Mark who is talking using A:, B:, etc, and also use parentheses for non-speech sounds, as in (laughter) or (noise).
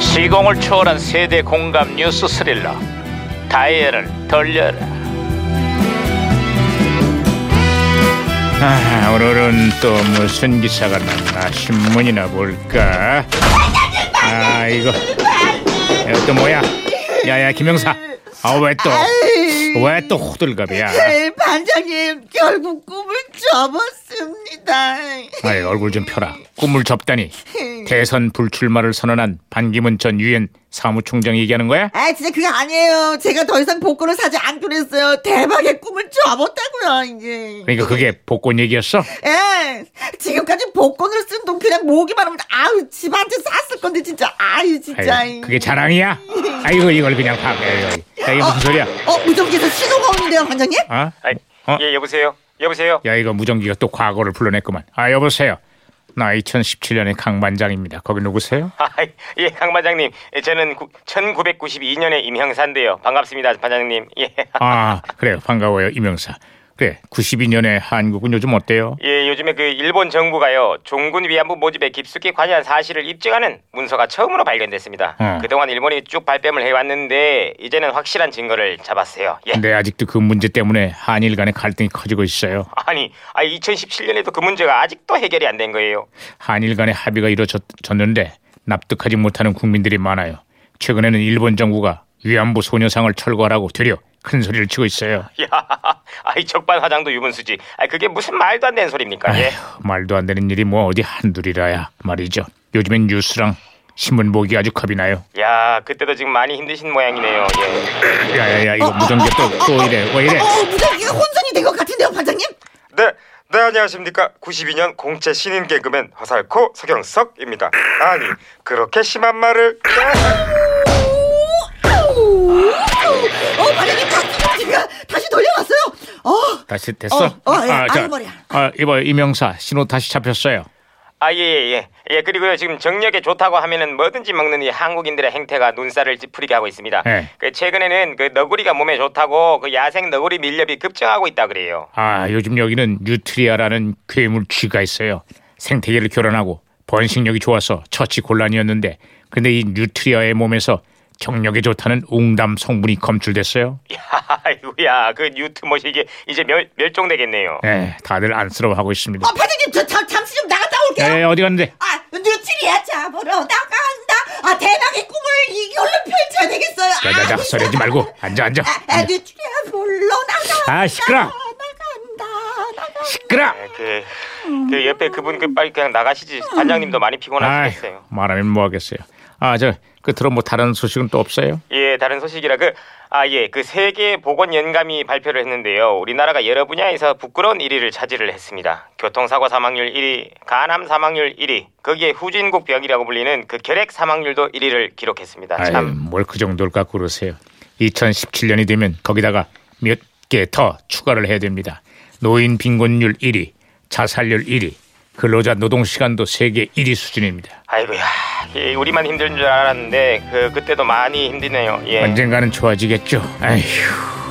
A: 시공을 초월한 세대 공감 뉴스 스릴러 다이얼을 돌려라 아, 오늘은 또 무슨 기사가 났나 신문이나 볼까 아 이거 이또 뭐야 야야 김영사 아 왜 또 왜
B: 아이,
A: 또 호들갑이야
B: 네, 반장님 결국 꿈을 접었습니다.
A: 아이 얼굴 좀 펴라 꿈을 접다니 대선 불출마를 선언한 반기문 전 유엔 사무총장 얘기하는 거야?
B: 아 진짜 그게 아니에요. 제가 더 이상 복권을 사지 않기로 했어요. 대박의 꿈을 접었다고요 이제.
A: 그러니까 그게 복권 얘기였어?
B: 예, 지금까지 복권을 쓴 돈 그냥 모기만 하면 아유 집한테 쌌을 건데 진짜 아유 진짜.
A: 아이고, 그게 자랑이야? 아이고 이걸 그냥 팍. 에이, 야 이게 무슨 소리야?
B: 어 무전기에서 신호가 오는데요 반장님?
A: 어?
C: 아이,
A: 어?
C: 예 여보세요 여보세요
A: 야 이거 무전기가 또 과거를 불러냈구만. 아 여보세요. 나 2017년의 강반장입니다. 거기 누구세요?
C: 아이, 예 강반장님 예, 저는 구, 1992년에 임형사인데요 반갑습니다 반장님 예, (laughs)
A: 아 그래요. 반가워요 이명사. 그래 92년의 한국은 요즘 어때요?
C: 예 요즘에 그 일본 정부가요 종군 위안부 모집에 깊숙이 관여한 사실을 입증하는 문서가 처음으로 발견됐습니다
A: 어.
C: 그동안 일본이 쭉 발뺌을 해왔는데 이제는 확실한 증거를 잡았어요 예.
A: 근데 아직도 그 문제 때문에 한일 간의 갈등이 커지고 있어요.
C: 아니 아 2017년에도 그 문제가 아직도 해결이 안 된 거예요 (laughs)
A: 한일 간의 합의가 이루어졌는데 납득하지 못하는 국민들이 많아요. 최근에는 일본 정부가 위안부 소녀상을 철거하라고 되려 큰 소리를 치고 있어요.
C: 야, 아이 적반하장도 유분수지 아 그게 무슨 말도 안 되는 소리입니까 예.
A: 아휴, 말도 안 되는 일이 뭐 어디 한둘이라야 말이죠. 요즘엔 뉴스랑 신문 보기 아주 겁이 나요.
C: 야 그때도 지금 많이 힘드신 모양이네요 예.
A: 야야야 이거 무전기 또또 이래 왜 이래?
B: 어 무전기가 혼선이 된 것 같은데요 반장님?
C: 네, 네 안녕하십니까. 92년 공채 신인 개그맨 화살코 서경석입니다. 아니 그렇게 심한 말을
B: 아우, 아우. 어 반장님 박수가 다시 돌려왔어요. 어.
A: 다시 됐어?
B: 어, 어, 예,
A: 자,
B: 아이버리야.
A: 아, 이봐 이명사 신호 다시 잡혔어요.
C: 아예예예 예, 예, 그리고요 지금 정력에 좋다고 하면은 뭐든지 먹는 이 한국인들의 행태가 눈살을 찌푸리게 하고 있습니다.
A: 예.
C: 그 최근에는 그 너구리가 몸에 좋다고 그 야생 너구리 밀렵이 급증하고 있다 그래요. (laughs)
A: 아 요즘 여기는 뉴트리아라는 괴물 쥐가 있어요. 생태계를 교란하고 번식력이 좋아서 처치 곤란이었는데 근데 이 뉴트리아의 몸에서 정력에 좋다는 웅담 성분이 검출됐어요.
C: 야, 아이고야 그 뉴트못이 이게 이제 멸, 멸종되겠네요.
A: 예, 다들 안쓰러워하고 있습니다.
B: 어, 반장님 저 잠, 잠시 좀 나갔다 올게요.
A: 예, 어디 갔는데?
B: 아, 뉴트리아 잡으러 나간다. 아, 대박의 꿈을 이걸로 펼쳐야 되겠어요. 아,
A: 야야야 서려지 말고 앉아 앉아.
B: 아, 아, 뉴트리아 불러 나간다.
A: 아, 시끄러.
B: 나간다. 나간다.
A: 시끄러.
C: 예, 그, 그 옆에 그분 그 빨리 그냥 나가시지 반장님도 많이
A: 아이,
C: 피곤하시겠어요.
A: 말하면 뭐하겠어요. 아, 저 끝으로 뭐 다른 소식은 또 없어요?
C: 예, 다른 소식이라 그 아, 예, 그 세계 보건 연감이 발표를 했는데요. 우리나라가 여러 분야에서 부끄러운 1위를 차지를 했습니다. 교통사고 사망률 1위, 간암 사망률 1위, 거기에 후진국 병이라고 불리는 그 결핵 사망률도 1위를 기록했습니다.
A: 아이,
C: 참,
A: 뭘 그 정도일까 그러세요. 2017년이 되면 거기다가 몇 개 더 추가를 해야 됩니다. 노인 빈곤율 1위, 자살률 1위, 근로자 노동 시간도 세계 1위 수준입니다.
C: 아이고야, 예, 우리만 힘든 줄 알았는데 그 그때도 많이 힘드네요. 예.
A: 언젠가는 좋아지겠죠. 아휴.